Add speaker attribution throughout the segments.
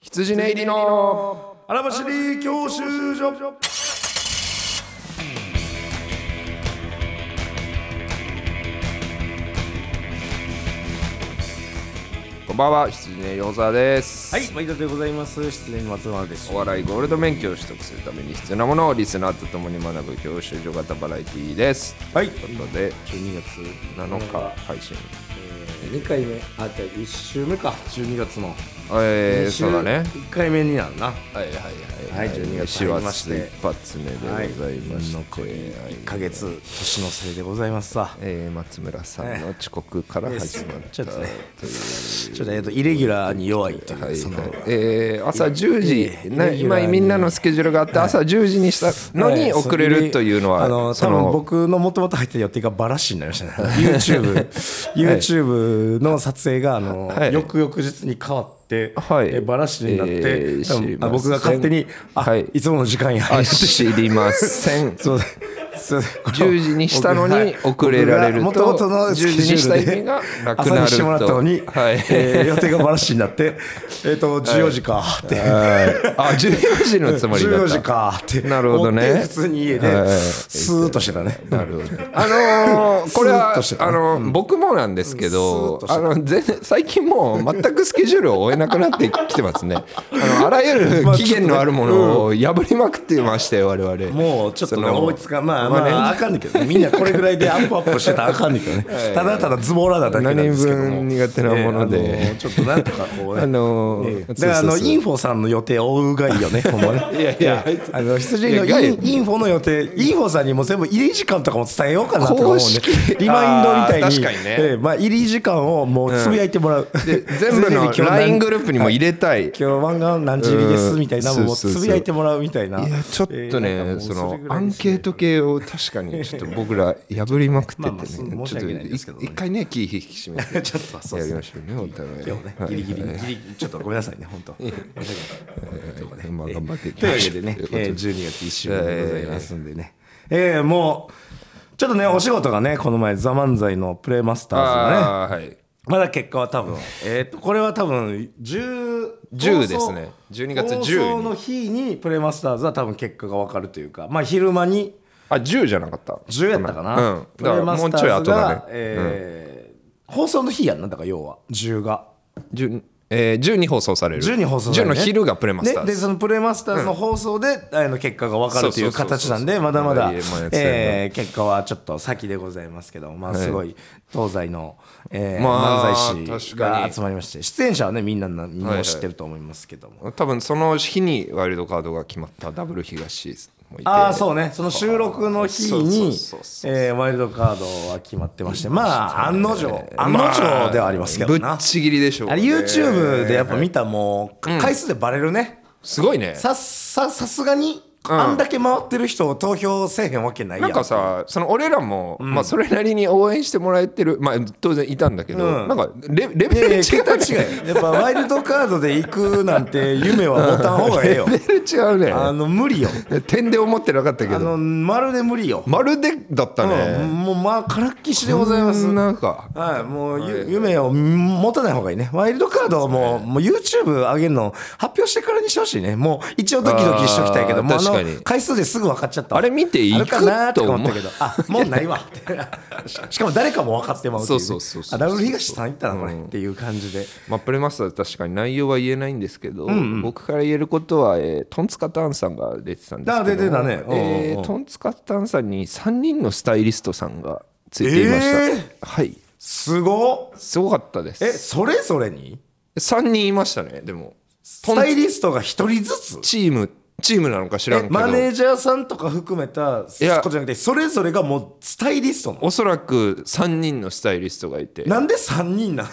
Speaker 1: 辻根入りの
Speaker 2: 荒走り教習所
Speaker 1: こんばんは辻根洋沢です
Speaker 2: はい毎度でございます失礼に松原です
Speaker 1: お笑いゴールド免許を取得するために必要なものをリスナーとともに学ぶ教習所型バラエティーです
Speaker 2: はい
Speaker 1: ということで
Speaker 2: 12月
Speaker 1: 7日配信
Speaker 2: えー2回目あじゃ1週目か12月の
Speaker 1: えー、
Speaker 2: 二週
Speaker 1: そうだね
Speaker 2: 1回目になるな
Speaker 1: はいはい
Speaker 2: はい12月
Speaker 1: 始末
Speaker 2: 入りまして
Speaker 1: 一発目でございまして、
Speaker 2: 残り1ヶ月年のせいでございますさ
Speaker 1: えー、松村さんの遅刻から始まった
Speaker 2: ちょっとね
Speaker 1: という
Speaker 2: ちょっとえっとイレギュラーに弱いというその
Speaker 1: えー朝10時、ね、
Speaker 2: レギュラ
Speaker 1: 今
Speaker 2: ーに
Speaker 1: みんなのスケジュールがあって朝10時にしたのに遅れるというのは、
Speaker 2: あの
Speaker 1: そ
Speaker 2: 多分
Speaker 1: の
Speaker 2: 僕のもともと入ってた予定がバラシになりましたね YouTube, YouTube の撮影があの、
Speaker 1: はい
Speaker 2: 翌々日に変わって、
Speaker 1: はい
Speaker 2: えバラシになって、
Speaker 1: えー
Speaker 2: 多分
Speaker 1: 知りませ
Speaker 2: あ
Speaker 1: ん
Speaker 2: 僕が勝手にあ、
Speaker 1: はい
Speaker 2: い、つもの時間に入
Speaker 1: あ
Speaker 2: って
Speaker 1: 知りませ ん
Speaker 2: そうですそうです
Speaker 1: 10時にしたのに遅れられると
Speaker 2: 僕が元々のスケジュー
Speaker 1: 10
Speaker 2: ルで
Speaker 1: 時にした意味がなくなると
Speaker 2: 朝にしてもらったのに、
Speaker 1: はい
Speaker 2: えー予定がバラシになって、えっと14時かって、
Speaker 1: あ14時のつもりだ
Speaker 2: 14
Speaker 1: っ
Speaker 2: 時
Speaker 1: た
Speaker 2: かって
Speaker 1: なるほどね
Speaker 2: 思って普通に家
Speaker 1: は
Speaker 2: で
Speaker 1: い
Speaker 2: スーッとしてたね
Speaker 1: なるほどあのーこれは
Speaker 2: スーッとしてた
Speaker 1: あのー僕もなんですけど
Speaker 2: スーッとして
Speaker 1: あの全然最近もう全くスケジュールを追えなくなってきてますねあのあらゆる期限のあるものを破りまくってましたよ我々
Speaker 2: もうちょっとね
Speaker 1: その
Speaker 2: 思いつかまあまあ、あ、かんねんけどねみんなこれぐらいでアップアップしてたらあかんねんけどねただただズボラなだけなんですけども
Speaker 1: 何人分苦手なもので
Speaker 2: ええあのちょっとなんとかこ うね
Speaker 1: あのー
Speaker 2: ええだからあの
Speaker 1: そうそうそう
Speaker 2: インフォさんの予定を追うがいいよねほんまね
Speaker 1: いやいや
Speaker 2: あの羊の
Speaker 1: いや
Speaker 2: イ
Speaker 1: いや
Speaker 2: ンインフォの予定インフォさんにも全部入り時間とかも伝えようかなとか
Speaker 1: 公
Speaker 2: 思うね
Speaker 1: 式
Speaker 2: リマインドみたいに
Speaker 1: あー確かにね
Speaker 2: ええまあ入り時間をもうつぶやいてもらう、
Speaker 1: で 全部の
Speaker 2: テレビ今日何
Speaker 1: LINE グループにも入れたい
Speaker 2: 今日湾岸何時入りですみたいな
Speaker 1: うん
Speaker 2: もう
Speaker 1: そうそうそ
Speaker 2: つ
Speaker 1: う
Speaker 2: ぶやいてもらうみたいない
Speaker 1: やちょっとね、
Speaker 2: えーなんかもう
Speaker 1: そ
Speaker 2: れ
Speaker 1: の
Speaker 2: ぐら
Speaker 1: ア
Speaker 2: い
Speaker 1: ン
Speaker 2: です
Speaker 1: ケート系を確かにちょっと僕ら破 りまくってて
Speaker 2: まあまあそう
Speaker 1: ね、
Speaker 2: 申
Speaker 1: ち
Speaker 2: し
Speaker 1: ょっと
Speaker 2: 訳ないですけどね
Speaker 1: 一回ね気引き締めて
Speaker 2: ちょっとそう
Speaker 1: や
Speaker 2: です
Speaker 1: りま
Speaker 2: ね
Speaker 1: しょうねお互い
Speaker 2: 今日ねギリギリギリちょっとごめんなさいね本当申し訳ないとこね
Speaker 1: まあ頑張っていき
Speaker 2: という
Speaker 1: ま
Speaker 2: わ
Speaker 1: し
Speaker 2: け
Speaker 1: ょう
Speaker 2: でね
Speaker 1: ということ
Speaker 2: えー12月1週目でございますんでねえーもうちょっとねお仕事がねこの前「ザ漫才のプレイマスターズのね
Speaker 1: ああはい
Speaker 2: まだ結果は多分えっとこれは多分10
Speaker 1: 10ですね12月10に
Speaker 2: 放送の日にプレイマスターズは多分結果が分かるというかまあ昼間に
Speaker 1: あ10じゃなかった
Speaker 2: 10やったかな、
Speaker 1: うん
Speaker 2: プ
Speaker 1: だか
Speaker 2: レ
Speaker 1: ら
Speaker 2: マ
Speaker 1: も
Speaker 2: ス
Speaker 1: う
Speaker 2: タ
Speaker 1: ちょい
Speaker 2: ー
Speaker 1: 後
Speaker 2: ズ
Speaker 1: だ
Speaker 2: が
Speaker 1: ね、
Speaker 2: えー放送の日やんなだから要は10が
Speaker 1: 10えー、10に放送される
Speaker 2: 10に放送さ
Speaker 1: 10
Speaker 2: れる
Speaker 1: の
Speaker 2: ね
Speaker 1: 昼がプレマスター
Speaker 2: で
Speaker 1: ズ
Speaker 2: でそのプレマスターズの放送で、あの結果が分かるという
Speaker 1: そうそうそう
Speaker 2: 形
Speaker 1: そう
Speaker 2: なんでまだま
Speaker 1: ま
Speaker 2: だ
Speaker 1: だいいまだやっ、てたよな
Speaker 2: えー結果はちょっと先でございますけどまあすごい東西の、えー
Speaker 1: まあ
Speaker 2: 漫才師
Speaker 1: 確か
Speaker 2: が
Speaker 1: に
Speaker 2: 集まりまして出演者はねみんなみん
Speaker 1: はいは
Speaker 2: ない知ってると思いますけども、
Speaker 1: 多分その日にワイルドカードが決まったダブル東もいて
Speaker 2: ああそうねその収録の日に
Speaker 1: そうそうそうそう
Speaker 2: えーワイルドカードは決まってましてまあ案の定案の定ではありますけど
Speaker 1: ぶっ
Speaker 2: な
Speaker 1: ちぎりでしょう、
Speaker 2: あれ YouTube でやっぱ見たもう回数でバレるね、
Speaker 1: すごいね
Speaker 2: さささすがに
Speaker 1: ん
Speaker 2: あんだけ回ってる人を投票せえへんわけないや
Speaker 1: なんかさその俺らも、まあ、それなりに応援してもらえてる、まあ、当然いたんだけど、
Speaker 2: うん
Speaker 1: なんかレレベル
Speaker 2: いやい
Speaker 1: 違
Speaker 2: や
Speaker 1: う、
Speaker 2: 桁違うやっぱワイルドカードで行くなんて夢は持たん方がええよ
Speaker 1: レベル違うね
Speaker 2: あの無理よ
Speaker 1: 点で思ってなかったけ
Speaker 2: あ
Speaker 1: ど
Speaker 2: のまるで無理よ、
Speaker 1: まるでだった
Speaker 2: う
Speaker 1: ね、
Speaker 2: んもうまあからっきしでございます
Speaker 1: なんか
Speaker 2: はい、もう、ゆ
Speaker 1: はい
Speaker 2: 夢を持たない方がいいね。ワイルドカードをもう、もう YouTube 上げるの発表してからにしてほしいね。もう一応ドキドキしときたいけど、
Speaker 1: あー
Speaker 2: もうあ
Speaker 1: 確かに
Speaker 2: の、回数ですぐ分かっちゃったわ
Speaker 1: あれ見ていく
Speaker 2: あるかなーとか思ったけど、 あ、もうないわって。ししかも誰かも分かってまうっていね
Speaker 1: そうそうそうそう
Speaker 2: あ、ダブル東さん行ったな、これ、っていう感じで。
Speaker 1: まあ、プレマスターズ確かに内容は言えないんですけど、僕から言えることは、えートンツカタンさんが出てたんですけど
Speaker 2: あ出てたねおうおう
Speaker 1: えートンツカタンさんに3人のスタイリストさんがついていました、
Speaker 2: え
Speaker 1: はい
Speaker 2: すごっ
Speaker 1: すごかったです
Speaker 2: え、それぞれに
Speaker 1: 3人いましたねでも
Speaker 2: スタイリストが一人ずつ
Speaker 1: チームチームなのか知らんけど
Speaker 2: マネージャーさんとか含めたことじ
Speaker 1: や
Speaker 2: ゃなくて、それぞれがもうスタイリストなの
Speaker 1: おそらく3人のスタイリストがいて
Speaker 2: なんで3人なんえ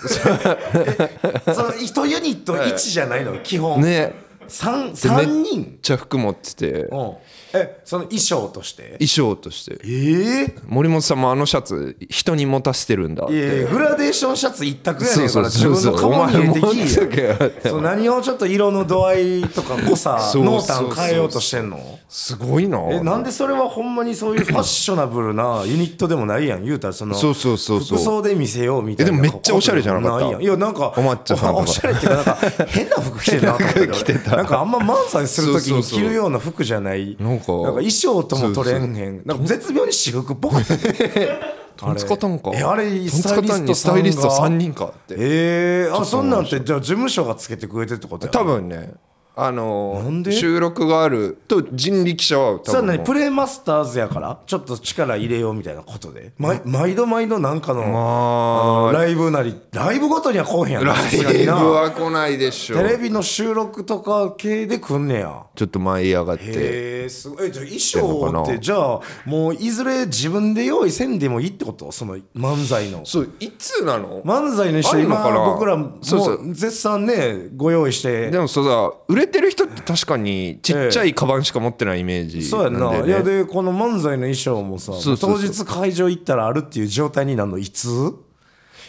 Speaker 2: その1ユニット1じゃないの基本、
Speaker 1: ね
Speaker 2: 三三人
Speaker 1: ちゃ服持ってて
Speaker 2: うんえその衣装として
Speaker 1: 衣装として
Speaker 2: ええ
Speaker 1: 森本さんもあのシャツ人に持たせてるんだっ
Speaker 2: いやい
Speaker 1: て
Speaker 2: やグラデーションシャツ一択やね
Speaker 1: そ
Speaker 2: ん
Speaker 1: う
Speaker 2: か
Speaker 1: そ
Speaker 2: ら
Speaker 1: う
Speaker 2: 自
Speaker 1: そう
Speaker 2: 分
Speaker 1: そ
Speaker 2: の
Speaker 1: う
Speaker 2: 顔に入れてきい
Speaker 1: お前も持ってけ
Speaker 2: そう何をちょっと色の度合いとか誤差
Speaker 1: そう
Speaker 2: 濃
Speaker 1: そうそう
Speaker 2: 淡変えようとしてんの
Speaker 1: すごいな
Speaker 2: えなんでそれはほんまにそういうファッショナブルなユニットでもないやん言うたらその
Speaker 1: そうそうそうそう
Speaker 2: 服装で見せようみたいな
Speaker 1: えでもめっちゃおしゃれじゃなかった
Speaker 2: いやんいやなんか
Speaker 1: お抹茶さんとか
Speaker 2: おおしゃれっていうかなんか変な服着てなかったけど
Speaker 1: 着てた
Speaker 2: なんかあんま漫才するとき
Speaker 1: そう
Speaker 2: に
Speaker 1: そうそう
Speaker 2: 着るような服じゃない
Speaker 1: なんか
Speaker 2: 衣装とも取れんへんなんか絶妙に私服っぽく
Speaker 1: トンツカタンか
Speaker 2: えあれ
Speaker 1: トンツカタンにス
Speaker 2: スタ
Speaker 1: タイ
Speaker 2: イ
Speaker 1: リ
Speaker 2: リ
Speaker 1: ス
Speaker 2: ス
Speaker 1: ト
Speaker 2: ト
Speaker 1: 3
Speaker 2: さんが
Speaker 1: 人かって
Speaker 2: ええあそんなんてじゃあ事務所がつけてくれてるってことや
Speaker 1: 多分ねあの
Speaker 2: なんで
Speaker 1: 収録があると人力車は多
Speaker 2: そ
Speaker 1: 分
Speaker 2: れは
Speaker 1: も
Speaker 2: 何
Speaker 1: う
Speaker 2: プレーマスターズやからちょっと力入れようみたいなことで、ま毎度毎度なんかの,、
Speaker 1: まあ
Speaker 2: ライブなりライブごとにはこうへんやん
Speaker 1: ラ
Speaker 2: さすが
Speaker 1: イ
Speaker 2: に
Speaker 1: ブ
Speaker 2: な
Speaker 1: は来ないでしょ
Speaker 2: テレビの収録とか系で来んねや
Speaker 1: ちょっと舞い上がって
Speaker 2: へえすごいえじゃあ
Speaker 1: てんのか
Speaker 2: 衣装
Speaker 1: な
Speaker 2: ってじゃあもういずれ自分で用意せんでもいいってことその漫才の
Speaker 1: そういつなの
Speaker 2: 漫才
Speaker 1: あ
Speaker 2: の衣装
Speaker 1: るのかな
Speaker 2: 今僕らも
Speaker 1: そうそう
Speaker 2: う絶賛ねご用意して
Speaker 1: でもそうだ売れてる人って確かにちっちゃいカバンしか持ってないイメージ
Speaker 2: そうやんな
Speaker 1: なん
Speaker 2: い
Speaker 1: だよ
Speaker 2: や
Speaker 1: ね
Speaker 2: でこの漫才の衣装もさ
Speaker 1: そうそうそう
Speaker 2: 当日会場行ったらあるっていう状態になるのいつ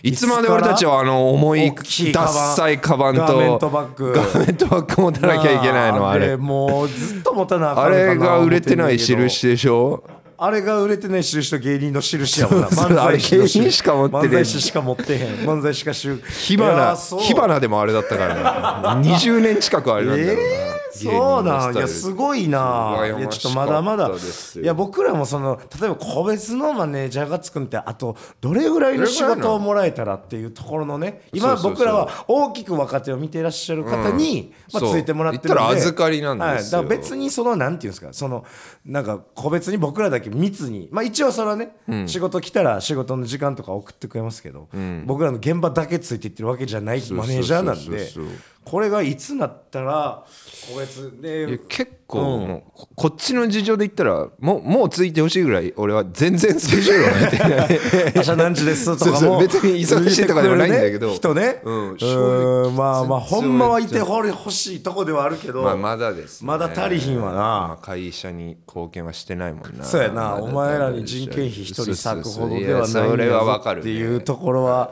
Speaker 1: いつまで俺たちはあの重い
Speaker 2: 大きい
Speaker 1: ダ
Speaker 2: カバン
Speaker 1: ッサいカバンと
Speaker 2: ガーメントバッグ
Speaker 1: ガーメントバッグ持たなきゃいけないのあ
Speaker 2: で
Speaker 1: れ
Speaker 2: もうずっと持たなあか
Speaker 1: あ
Speaker 2: んのかな
Speaker 1: れが売れてない
Speaker 2: 思ってんねんけど
Speaker 1: 印でしょ
Speaker 2: あれが売れてない印と芸人の印やもんな
Speaker 1: そうそう
Speaker 2: 漫才師の
Speaker 1: あれ芸人しか持ってねえ
Speaker 2: 漫才師しか持ってへん漫才師しかしゅ
Speaker 1: 火
Speaker 2: いや
Speaker 1: 花
Speaker 2: ーそう
Speaker 1: 火花でもあれだったからね 20年近くあれなんだよな
Speaker 2: えーそうなんいやす
Speaker 1: ご
Speaker 2: ごいな
Speaker 1: 羨ましかった
Speaker 2: いやちょっとまだまだ
Speaker 1: ですよ
Speaker 2: いや僕らもその例えば個別のマネージャーがつくんってあとどれぐらいの仕
Speaker 1: どれぐらいな
Speaker 2: 事
Speaker 1: の
Speaker 2: をもらえたらっていうところのね
Speaker 1: そ
Speaker 2: 今
Speaker 1: うそうそう
Speaker 2: 僕らは大きく若手を見ていらっしゃる方に、
Speaker 1: うん
Speaker 2: まあ、
Speaker 1: そう
Speaker 2: ついてもらってるの
Speaker 1: 言
Speaker 2: で
Speaker 1: ったら預かりなんですよ
Speaker 2: はい、だから別にそのなんていうんですかそのなんか個別に僕らだけ密にまあ一応それはね、仕事来たら仕事の時間とか送ってくれますけど、僕らの現場だけついていってるわけじゃない
Speaker 1: そう
Speaker 2: マネージャーなん
Speaker 1: そうそう
Speaker 2: で
Speaker 1: そうそう
Speaker 2: これがいつなったら個別で
Speaker 1: 結構もうここっちの事情で言ったらもうもうついてほしいぐらい俺は全然スケジュールを空いてない
Speaker 2: 「朝何時です」と
Speaker 1: そう
Speaker 2: か
Speaker 1: そう
Speaker 2: も
Speaker 1: 別に忙しいとかでもないんだけど
Speaker 2: 言ってくれるね人ね
Speaker 1: うん
Speaker 2: ーんまあまあ
Speaker 1: 正直
Speaker 2: ほんまはいてほしいとこではあるけど
Speaker 1: まあまだです、ね、
Speaker 2: まだ足りひんわな
Speaker 1: まあ会社に貢献はしてないもんな
Speaker 2: そうやな、
Speaker 1: まだ
Speaker 2: お前らに人件費一人割くほどでは
Speaker 1: そう
Speaker 2: な
Speaker 1: そうそうや
Speaker 2: い
Speaker 1: そ
Speaker 2: んだ
Speaker 1: れはわ
Speaker 2: よ
Speaker 1: かる、
Speaker 2: っていうところは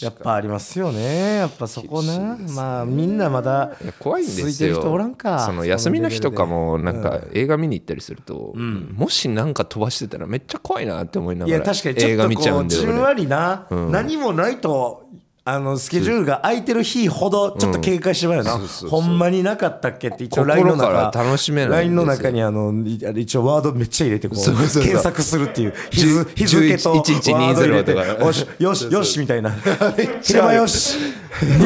Speaker 2: やっぱありますよねやっぱそこな、まあみんなまだ
Speaker 1: いや怖いんですよ
Speaker 2: ついてる人おらんか
Speaker 1: その休みの日とか
Speaker 2: も
Speaker 1: もなんか映画見に行ったりすると、もしなんか飛ばしてたらめっちゃ怖いなって思いないが
Speaker 2: や
Speaker 1: ら
Speaker 2: 確かにち
Speaker 1: 映
Speaker 2: ょ
Speaker 1: 画
Speaker 2: っと
Speaker 1: 見ちゃ
Speaker 2: こ
Speaker 1: う
Speaker 2: うん
Speaker 1: で
Speaker 2: じん
Speaker 1: 俺
Speaker 2: わりな、何もないとあのスケジュールが空いてる日ほどちょっと警戒してまうよな、
Speaker 1: そうそうそう
Speaker 2: ほんまになかったっけって一応 LINE の中
Speaker 1: 心から楽しめないんですよ
Speaker 2: LINE の中にあのいあれ一応ワードめっちゃ入れてこう
Speaker 1: そうそうそう
Speaker 2: 検索するっていう日付日付とワ
Speaker 1: 11
Speaker 2: ード入れて
Speaker 1: 1120とか
Speaker 2: よしよしよしみたいな
Speaker 1: ちゃ
Speaker 2: 昼
Speaker 1: あ
Speaker 2: 間
Speaker 1: る
Speaker 2: よし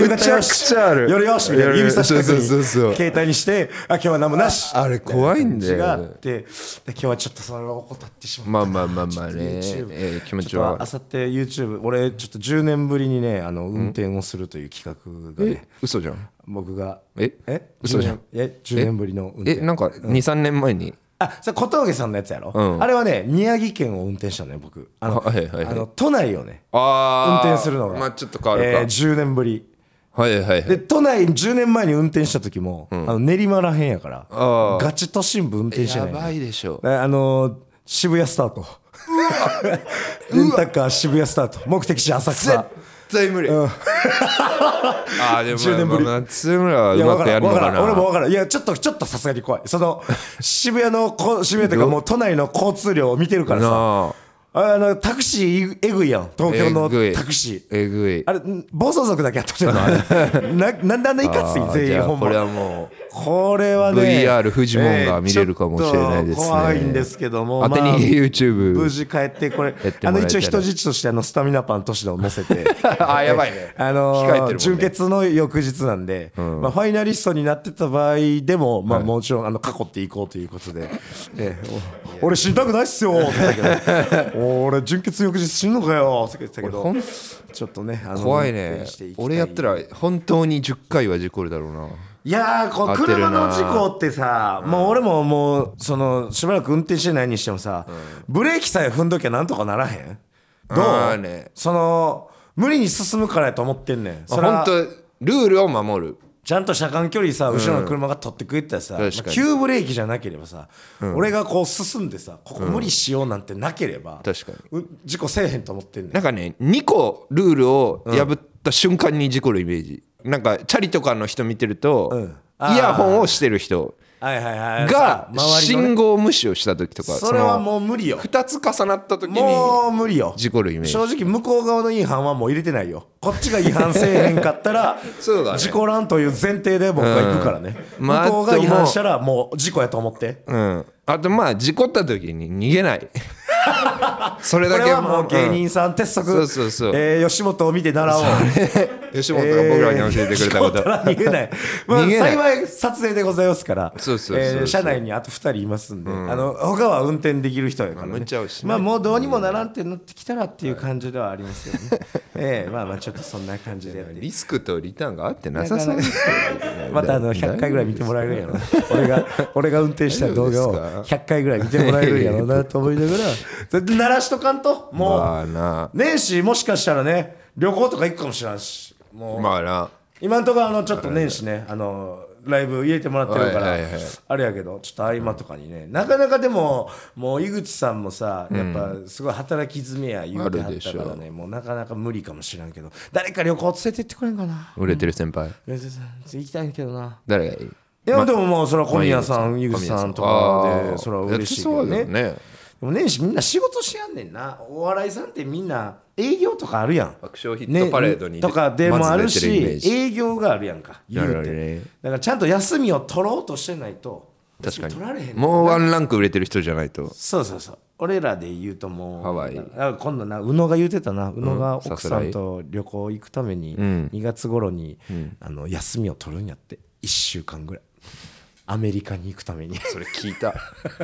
Speaker 2: 夕
Speaker 1: めち
Speaker 2: 方
Speaker 1: ゃ
Speaker 2: よ
Speaker 1: く
Speaker 2: し
Speaker 1: ちゃある
Speaker 2: 夜よしみたいな指差し
Speaker 1: そうそうそうそ
Speaker 2: 確
Speaker 1: う
Speaker 2: に携帯にしてあ今日は何もなし
Speaker 1: あれ怖いんだよ
Speaker 2: があってで今日はちょっとそれを怠ってしまった
Speaker 1: まあまあまあまあね、
Speaker 2: YouTube
Speaker 1: えー気持ち
Speaker 2: ちょっ
Speaker 1: は
Speaker 2: とあさって YouTube 俺ちょっと10年ぶりにねあの運転をするという企画がね
Speaker 1: 嘘じゃん
Speaker 2: 僕が
Speaker 1: え
Speaker 2: え
Speaker 1: 嘘じゃん
Speaker 2: 10年え10年ぶりの運
Speaker 1: え
Speaker 2: 転
Speaker 1: なんか23年前に
Speaker 2: あそれ小峠さんのやつやろ、
Speaker 1: うん
Speaker 2: あれはね宮城県を運転したのよ僕あの,、
Speaker 1: あはいはいはい
Speaker 2: あの都内をね運
Speaker 1: あー
Speaker 2: 転するのが
Speaker 1: まあちょっと変わるか、
Speaker 2: えー10年ぶり
Speaker 1: はいはいは
Speaker 2: で
Speaker 1: い
Speaker 2: 都内10年前に運転した時も、あの練馬らへんやから
Speaker 1: あ
Speaker 2: ガチ都心部運転して
Speaker 1: や
Speaker 2: ないの
Speaker 1: ばいでしょ
Speaker 2: えあのー渋谷スタートレンタカー渋谷スタート目的地浅草
Speaker 1: 絶対無理、 ああでも
Speaker 2: 10年ぶり
Speaker 1: まあ松村はい
Speaker 2: や
Speaker 1: う
Speaker 2: わ
Speaker 1: ま
Speaker 2: か
Speaker 1: く
Speaker 2: ら
Speaker 1: や
Speaker 2: ん
Speaker 1: るの
Speaker 2: わから
Speaker 1: か
Speaker 2: ん
Speaker 1: な
Speaker 2: 俺もわからんいやちょっとちょっとさすがに怖いその 渋谷のこ渋谷というかもう都内の交通量を見てるからさ
Speaker 1: なあ
Speaker 2: あのタクシーえぐいやん東京の
Speaker 1: えぐい
Speaker 2: タクシー
Speaker 1: えぐい
Speaker 2: あれん暴走族だけやっとってるのあれななんであんない かつ
Speaker 1: あ
Speaker 2: い
Speaker 1: ー
Speaker 2: 全
Speaker 1: じ
Speaker 2: 員
Speaker 1: ゃあ
Speaker 2: ほん
Speaker 1: これ
Speaker 2: ま
Speaker 1: はもう
Speaker 2: これはね
Speaker 1: VR フジモンが見れるかもしれないですね
Speaker 2: えーちょっと怖いんですけども
Speaker 1: 当て
Speaker 2: まあ
Speaker 1: に YouTube
Speaker 2: 無事帰ってこれ
Speaker 1: やって
Speaker 2: あ
Speaker 1: もらえ
Speaker 2: の
Speaker 1: たら
Speaker 2: 一応人質としてあのスタミナパン年のを乗せて
Speaker 1: あやばいね
Speaker 2: あのー
Speaker 1: 控えてるもんね
Speaker 2: 準決の翌日なんで、まあ、ファイナリストになってた場合でも、まあ、もちろんあの過去っていこうということで「ええお俺死にたくないっすよ」って言ったけど 「俺準決翌日死ぬのかよ」って言ってたけ
Speaker 1: ほ
Speaker 2: ど
Speaker 1: ん
Speaker 2: ちょっとねあの
Speaker 1: 怖い
Speaker 2: 運
Speaker 1: ね
Speaker 2: 転していきたい
Speaker 1: 俺やったら本当に10回は事故るだろうない
Speaker 2: やーこう
Speaker 1: 合ってるな
Speaker 2: 車の事故ってさ、もう俺ももうそのしばらく運転してないにしてもさ、ブレーキさえ踏んどきゃなんとかならへんど
Speaker 1: あー
Speaker 2: う、
Speaker 1: ね
Speaker 2: その無理に進むからやと思ってんねんそれは
Speaker 1: 本当ルールを守る
Speaker 2: ちゃんと車間距離さ後ろの車が取ってくれたらさ、まあ
Speaker 1: 確かに
Speaker 2: 急ブレーキじゃなければさ、俺がこう進んでさここ無理しようなんてなければ、
Speaker 1: 確か
Speaker 2: う事故せえへんと思ってんねん
Speaker 1: なんかね2個ルールを破った瞬間に事故るイメージ、なんかチャリとかの人見てると、
Speaker 2: んあー
Speaker 1: イヤホンをしてる人
Speaker 2: はいはいはい
Speaker 1: が
Speaker 2: さ周りのね
Speaker 1: 信号無視をした時とか
Speaker 2: それは
Speaker 1: う
Speaker 2: もう無理よ
Speaker 1: 2つ重なった時に
Speaker 2: もう無理よ
Speaker 1: 事故るイメージ
Speaker 2: 正直向こう側の違反はもう入れてないよこっちが違反せえへんかったら
Speaker 1: そうだね
Speaker 2: 事故らんという前提で僕は行くからね、
Speaker 1: うんまあ
Speaker 2: 向こうが違反したらもう事故やと思って
Speaker 1: うん、あとまあ事故った時に逃げない それ
Speaker 2: こ
Speaker 1: だけ
Speaker 2: れはもう芸
Speaker 1: ん
Speaker 2: 人さん鉄則、
Speaker 1: そうそうそう
Speaker 2: えー吉本を見て習おう
Speaker 1: 吉本が僕らに教えてくれたこと、
Speaker 2: えー事故ったら逃げないまあ
Speaker 1: 逃げない
Speaker 2: 幸い撮影でございますから
Speaker 1: そうそうそうそう
Speaker 2: えー車内にあと2人いますんで、あの他は運転できる人やから、
Speaker 1: まあ
Speaker 2: ね
Speaker 1: 無茶をしな
Speaker 2: ま
Speaker 1: い
Speaker 2: あもうどうにもならんってなってきたらっていう感じではありますよ ね、えーまあまあちょっとそんな感じでやって
Speaker 1: リスクとリターンが合ってなさそう
Speaker 2: なか またあの100回ぐらい見てもらえるんやろな俺が俺が運転した動画
Speaker 1: 大丈夫
Speaker 2: を
Speaker 1: で
Speaker 2: 100回ぐらい見てもらえるんやろうなと思いながら 絶対鳴らしとかんともう、
Speaker 1: まあな
Speaker 2: 年始もしかしたらね旅行とか行くかもしれんしもう、
Speaker 1: まあな
Speaker 2: 今んとこあのちょっと年始ねあのライブ入れてもらってるから、
Speaker 1: はいはいはい
Speaker 2: あれやけどちょっと合間とかにねなかなかでももう井口さんもさやっぱすごい働き詰めや言うてはったか
Speaker 1: あ
Speaker 2: ら
Speaker 1: るで
Speaker 2: ねもうなかなか無理かもしれんけど誰か旅行連れてってくれんかな
Speaker 1: 売れてる先輩
Speaker 2: 吉田さん行きたいけどな
Speaker 1: 誰がいい
Speaker 2: いやでももうそれは小宮さん井口さんとかなん
Speaker 1: あー
Speaker 2: でそれは嬉しいけど
Speaker 1: や
Speaker 2: ね
Speaker 1: ってそうだよね
Speaker 2: でも年始みんな仕事しやんねんなお笑いさんってみんな営業とかあるやん
Speaker 1: 爆笑ヒットパレードに
Speaker 2: ねとかでもあるし
Speaker 1: まず出てるイメージ
Speaker 2: 営業があるやんか言
Speaker 1: なる
Speaker 2: うて、
Speaker 1: ほどね
Speaker 2: だからちゃんと休みを取ろうとしてないと
Speaker 1: 確か
Speaker 2: 休み取られへ
Speaker 1: に
Speaker 2: ん
Speaker 1: もうワンランク売れてる人じゃないと
Speaker 2: そうそうそう俺らで言うともう
Speaker 1: ハワイ
Speaker 2: あ今度な宇野が言うてたな宇野が
Speaker 1: さ
Speaker 2: 奥
Speaker 1: す
Speaker 2: さ
Speaker 1: らい
Speaker 2: んと旅行行くために
Speaker 1: ん
Speaker 2: 2月頃に、あの休みを取るんやって1週間ぐらいアメリカに行くために
Speaker 1: それ聞いた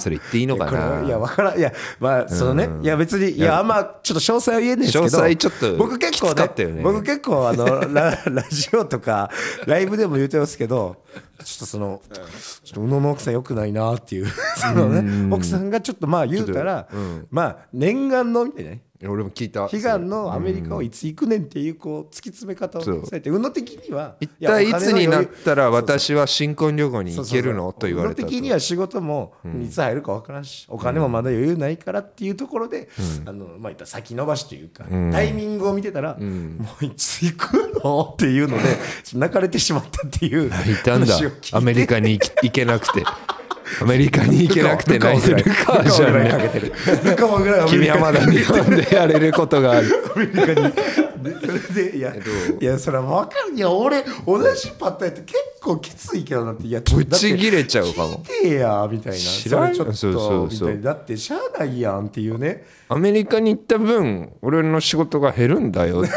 Speaker 1: それ言っていいのか
Speaker 2: これはいや
Speaker 1: な
Speaker 2: わからんいやまあそのね、いや別にいやあんまちょっと詳細は言えないですけど
Speaker 1: 詳細ちょっと
Speaker 2: 僕結構
Speaker 1: きつかったよ
Speaker 2: ね
Speaker 1: ね
Speaker 2: 僕結構あのラ ラジオとかライブでも言うてますけどちょっとそのちょっと宇野の奥さんよくないなっていう そのね奥さんがちょっとまあ言うたら、まあ念願のみたいなね
Speaker 1: 俺も聞いた
Speaker 2: 悲願のアメリカをいつ行くねんっていうこう突き詰め方を
Speaker 1: そう
Speaker 2: されて宇野的には
Speaker 1: 一体いつになっ
Speaker 2: やお金の余裕
Speaker 1: たら私は新婚旅行に
Speaker 2: そ
Speaker 1: 行
Speaker 2: うそうそう
Speaker 1: けるのと言われた
Speaker 2: 俺
Speaker 1: と
Speaker 2: 的には仕事もいつ入るか分からんし、お金もまだ余裕ないからっていうところで、あのまあ、言ったら先延ばしというか、タイミングを見てたら、もういつ行くのってい うのでちょっと泣かれてしまったっていう
Speaker 1: いたんだ
Speaker 2: 話を聞いて
Speaker 1: アメリカに行き行けな くてアメリカに行けなくて
Speaker 2: ルカ
Speaker 1: 泣い
Speaker 2: ワ
Speaker 1: てる
Speaker 2: ルカ
Speaker 1: か
Speaker 2: ワ
Speaker 1: じゃ
Speaker 2: ぐらい
Speaker 1: ね
Speaker 2: かけてるルカワぐらいアメ
Speaker 1: 君
Speaker 2: リ
Speaker 1: は
Speaker 2: カ
Speaker 1: まだ日本でやれることがあ る
Speaker 2: アメリカにでそれでいやいやそれは分かるいや俺同じパターンって結構きついけどなっていやちょ
Speaker 1: ぶ
Speaker 2: だって
Speaker 1: ち切れちゃうかも
Speaker 2: 聞いてやみたいな
Speaker 1: 知らん
Speaker 2: それち
Speaker 1: そ
Speaker 2: ょ
Speaker 1: う
Speaker 2: っ
Speaker 1: そ
Speaker 2: と
Speaker 1: う
Speaker 2: み
Speaker 1: そう
Speaker 2: たいなだってしゃあないやんっていうね
Speaker 1: アメリカに行った分俺の仕事が減るんだよって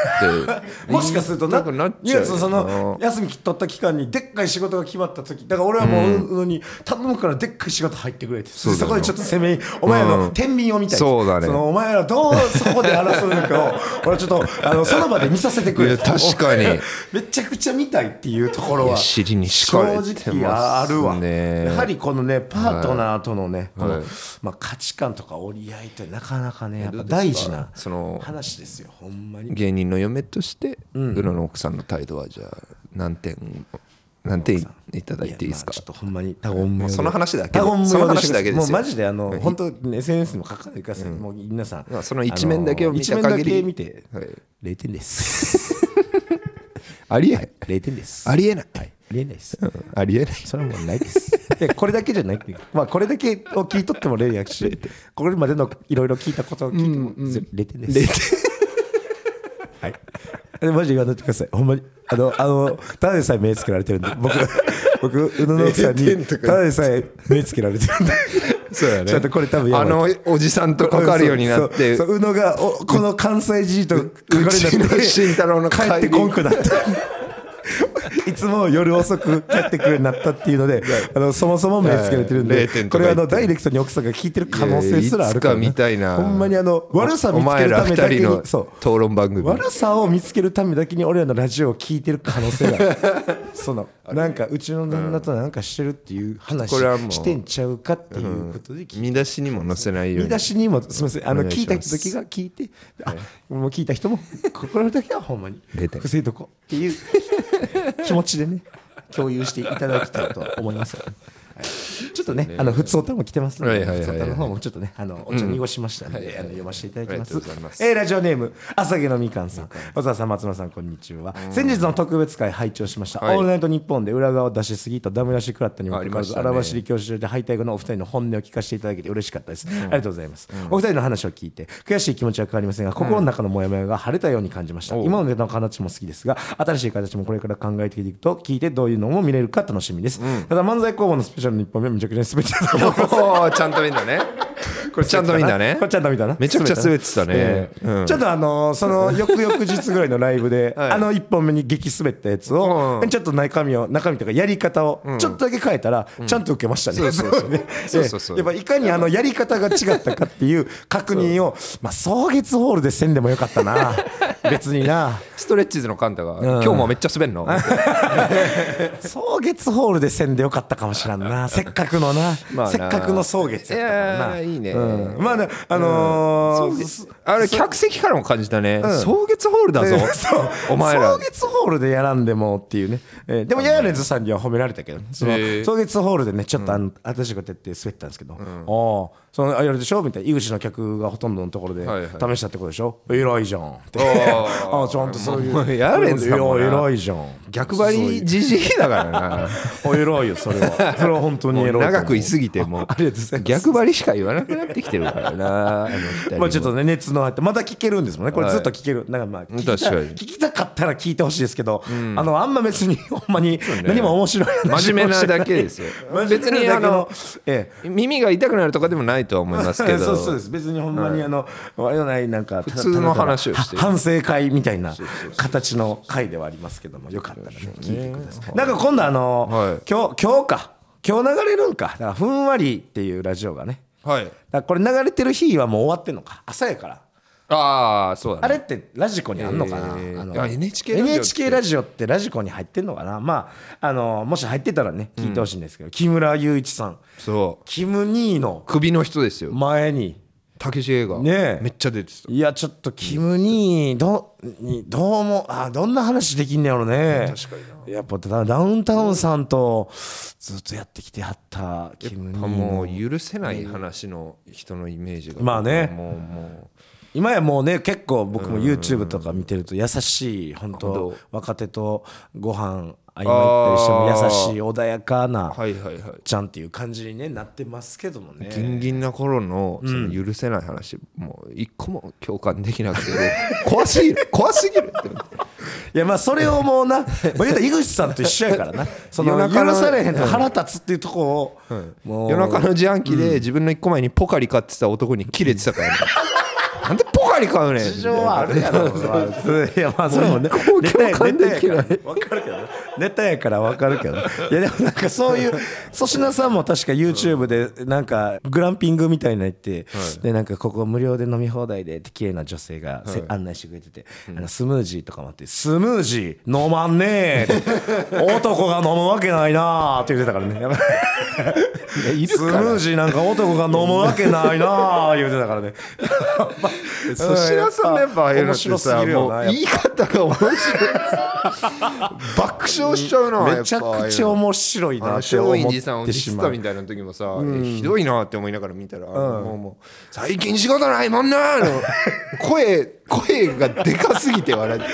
Speaker 2: もしかすると
Speaker 1: 言
Speaker 2: な
Speaker 1: いたくなっ
Speaker 2: い
Speaker 1: ちゃう
Speaker 2: やそその休み取った期間にでっかい仕事が決まった時だから俺はもううのに頼むからでっかい仕事入ってくれって
Speaker 1: そうだよ
Speaker 2: そこでちょっと攻めお前らの
Speaker 1: うん
Speaker 2: 天秤を見たい
Speaker 1: そうだね
Speaker 2: のお前らどうそこで争うのか を俺はちょっとあのその場で見させてく
Speaker 1: い
Speaker 2: れ
Speaker 1: や確かに
Speaker 2: めちゃくちゃ見たいっていうところ
Speaker 1: い
Speaker 2: は
Speaker 1: や尻に敷かれてますね
Speaker 2: 正直あるわやはりこのねパートナーとのね、この
Speaker 1: はい
Speaker 2: まあ、価値観とか折り合いってなかなかねやっ
Speaker 1: どう
Speaker 2: ぱ
Speaker 1: ですか
Speaker 2: 大事な
Speaker 1: その
Speaker 2: 話ですよほんまに。
Speaker 1: 芸人の嫁として宇野の奥さんの態度はじゃあ何点何点いただいていいですか
Speaker 2: やまあちょっとほんまに多言無用
Speaker 1: その話だけで
Speaker 2: 多言無用で
Speaker 1: その話だけですよ
Speaker 2: もうマジであの本当に SNS にも書かないでください、もう皆さん、
Speaker 1: まあその一面だけを見た限り
Speaker 2: あの一面だけ見て、
Speaker 1: はい
Speaker 2: 0点です
Speaker 1: ありえない
Speaker 2: 0点です
Speaker 1: ありえない
Speaker 2: ありえないです
Speaker 1: うんありえない
Speaker 2: それはもうないです。でこれだけじゃないっていうまあこれだけを聞いとっても0やし、これまでのいろいろ聞いたことを聞いても0点です。はい。でマジで言わないでください。ほんまにあのあのただでさえ目つけられてるんで、僕僕宇野の奥さん
Speaker 1: 0点
Speaker 2: に
Speaker 1: とか
Speaker 2: ただでさえ目つけられてるんで。
Speaker 1: そうや
Speaker 2: ちょっとこれ多分やば
Speaker 1: あ
Speaker 2: い
Speaker 1: のおじさんと関わるようになって
Speaker 2: そうそう宇野がおこの関西人と関わるようになっ
Speaker 1: うちの
Speaker 2: て
Speaker 1: 慎太郎の
Speaker 2: 帰
Speaker 1: 帰り
Speaker 2: ってこんくなったいつも夜遅く帰ってくるようになったっていうのであのそもそも目つけられてるん
Speaker 1: はい
Speaker 2: で
Speaker 1: 0点と
Speaker 2: こ
Speaker 1: か
Speaker 2: れはあ
Speaker 1: 言
Speaker 2: の
Speaker 1: って
Speaker 2: ダイレクトに奥さんが聞いてる可能性すらあるから
Speaker 1: いやいつか見たいな
Speaker 2: ほんまにあの悪さ見つけるためだけ
Speaker 1: お前ら二
Speaker 2: に
Speaker 1: 人の
Speaker 2: そう
Speaker 1: 討論番組
Speaker 2: 悪さを見つけるためだけに俺らのラジオを聞いてる可能性があるその
Speaker 1: あれ
Speaker 2: なんかうちの旦那となんかしてるっていう話
Speaker 1: これはもう
Speaker 2: してんちゃうかっていうことで聞いて
Speaker 1: 見出しにも載せないよう
Speaker 2: 見
Speaker 1: に
Speaker 2: 出しにもすみませんあの
Speaker 1: お願い
Speaker 2: 聞い
Speaker 1: したます
Speaker 2: 時が聞いてあもう聞いた人も心だけはほんまに
Speaker 1: 0点
Speaker 2: 防いどこっていう 気持ちでね共有していただきたいと思います、はいちょっとね、あの、普通歌も来てますの
Speaker 1: はい
Speaker 2: で、
Speaker 1: はいはいはい
Speaker 2: 普通歌の方もちょっとね、あの、お茶濁しましたんで、あの、読ませていただきま
Speaker 1: あ
Speaker 2: す
Speaker 1: りがとうございま。す
Speaker 2: えーラジオネーム、朝毛のみかんさん。小沢さん、松村さん、こんにちは。先日の特別会拝聴しました。オ
Speaker 1: はい
Speaker 2: ールナイト日本で裏側を出しすぎとダメ出し食らったにもかかわ
Speaker 1: ありま
Speaker 2: らず、
Speaker 1: したね
Speaker 2: 荒走り教習所で敗退後のお二人の本音を聞かせていただけて嬉しかったです。ありがとうございます。お二人の話を聞いて、悔しい気持ちは変わりませんが、心の中のモヤモヤが晴れたように感じました。
Speaker 1: おう
Speaker 2: 今までの形も好きですが、新しい形もこれから考えていくと、聞いてどういうのも見れるか楽しみです。ただ、漫才工房のスペシャルの一本目はめちゃくちゃ滑ってたと思う。
Speaker 1: おーちゃんと見たね これちゃんと見たね
Speaker 2: これちゃんと見たな。
Speaker 1: めちゃくちゃ滑ってたね
Speaker 2: ええちょっとあのーその翌々日ぐらいのライブで、
Speaker 1: はい
Speaker 2: あの一本目に激滑ったやつを、ちょっと中身を中身というかやり方をちょっとだけ変えたら、ちゃんと受けましたね。
Speaker 1: そうそうそう
Speaker 2: ね
Speaker 1: そうそうそう
Speaker 2: ええやっぱいかにあのやり方が違ったかっていう確認を、まあ草月ホールでせんでもよかっ たな。別にな。
Speaker 1: ストレッチーズのカンタが、今日もめっちゃ滑んの
Speaker 2: 草月ホールでせんでよかったかもしらん な。せっかくのな。
Speaker 1: まあな
Speaker 2: せっかくの草月やったから
Speaker 1: いや
Speaker 2: な。
Speaker 1: ーいいね
Speaker 2: うんまあね、あのー
Speaker 1: あれ客席からも感じたね、草月ホールだぞ
Speaker 2: えーそう
Speaker 1: お前ら
Speaker 2: 草月ホールでやらんでもっていうね、えーでもヤーレンズさんには褒められたけどねその
Speaker 1: へー
Speaker 2: 草月ホールでねちょっとあの新しいことやって滑ったんですけど、ああそのあやるでしょみたいな井口の客がほとんどのところで
Speaker 1: はいは
Speaker 2: 試したってことでしょ偉いじゃんって
Speaker 1: おー
Speaker 2: ああちゃんとそうい
Speaker 1: もう
Speaker 2: う
Speaker 1: ヤーレンズさんもない
Speaker 2: や偉いじゃん
Speaker 1: 逆張りじじいだからな
Speaker 2: お偉いよそれはそれは本当に偉いと思う
Speaker 1: 長くいすぎてもう
Speaker 2: ありがとうございます
Speaker 1: 逆張りしか言わなくなってきてるからなあの二 人も
Speaker 2: まあちょっとね熱のあってまた聞けるんですもんねこれ
Speaker 1: はい
Speaker 2: ずっと聞けるなんかまあ聞きた
Speaker 1: 確かに
Speaker 2: 聞きたかったら聞いてほしいですけどあのあんま別にほんまに何も面白い話
Speaker 1: 真面目なだけですよ別にあの
Speaker 2: え
Speaker 1: 耳が痛くなるとかでもないとは思いますけ
Speaker 2: え
Speaker 1: ど
Speaker 2: そうそうです別にほんまにあの我々ないなんか普
Speaker 1: 通の話をしてる
Speaker 2: 反省会みたいな形の会ではありますけどもよかったらね聞いてくださいなんか今度あ
Speaker 1: は
Speaker 2: の
Speaker 1: い
Speaker 2: 今日今日か今日流れるんかだからふんわりっていうラジオがね
Speaker 1: はい
Speaker 2: だからこれ流れてる日はもう終わってんのか朝やから
Speaker 1: ああそうだね
Speaker 2: あれってラジコにあんのかな、
Speaker 1: えー
Speaker 2: あの
Speaker 1: あ NHK ラジオって
Speaker 2: NHK ラジオってラジコに入ってんのかなまああのもし入ってたらね聞いてほしいんですけど、木村雄一さん
Speaker 1: そう
Speaker 2: キム兄の
Speaker 1: 首の人ですよ
Speaker 2: 前に
Speaker 1: たけし映画
Speaker 2: ねえ
Speaker 1: めっちゃ出てた
Speaker 2: いやちょっとキム兄どにどうもあどんな話できんねやろね
Speaker 1: 確か
Speaker 2: やっぱダダウンタウンさんとずっとやってきてはったキム兄
Speaker 1: もう許せない話の人のイメージが
Speaker 2: まあね
Speaker 1: もうも
Speaker 2: 今やもうね結構僕も YouTube とか見てると優しい本当
Speaker 1: 本
Speaker 2: 若手とご飯合いま行ったりしても優しい穏やか
Speaker 1: う
Speaker 2: な
Speaker 1: はいはいはい
Speaker 2: ちゃんっていう感じに、ね、なってますけどもね。
Speaker 1: ギンギンな頃のその許せない話、もう一個も共感できなくて 怖すぎる怖すぎるって思って
Speaker 2: いやまあそれをもうなまあ言うたら井口さんと一緒やか らなその
Speaker 1: 夜中の
Speaker 2: 許されへんと腹立つっていうとこを、もう
Speaker 1: 夜中の自販機で自分の一個前にポカリ買ってた男にキレてた から、ね、なんでポカリ買うねん
Speaker 2: 事情はあるやろ。まあいやまあそれもね
Speaker 1: もう、
Speaker 2: ネタや
Speaker 1: 共感
Speaker 2: ネタ
Speaker 1: できな
Speaker 2: や
Speaker 1: い
Speaker 2: から分かるけどね、ネタやから分かるけどね、いやでもなんかそういう粗品さんも確か YouTube でなんかグランピングみたいなの行って、でなんかここ無料で飲み放題でって綺麗な女性がせ、案内してくれてて、あのスムージーとかもあってスムージー飲まんねえ男が飲むわけないなあって言ってたからね。やっぱ
Speaker 1: いる
Speaker 2: スムージーなんか男が飲むわけない なあ言うてたからね。
Speaker 1: 粗品さんのやっぱああいうのって
Speaker 2: 面白す
Speaker 1: さ
Speaker 2: ぎるよ
Speaker 1: も
Speaker 2: な
Speaker 1: う言い方が面白い 爆笑しちゃうな
Speaker 2: めちゃくち
Speaker 1: ゃ
Speaker 2: ゃ面白いなって
Speaker 1: 松
Speaker 2: 思
Speaker 1: 陰寺さん
Speaker 2: っ
Speaker 1: を
Speaker 2: て
Speaker 1: ディ
Speaker 2: し
Speaker 1: スっ
Speaker 2: ま
Speaker 1: た
Speaker 2: う
Speaker 1: みたいな時もさ、ひどいなって思いながら見たら、もうもう最近仕事ないもんな の声声がでかすぎて笑って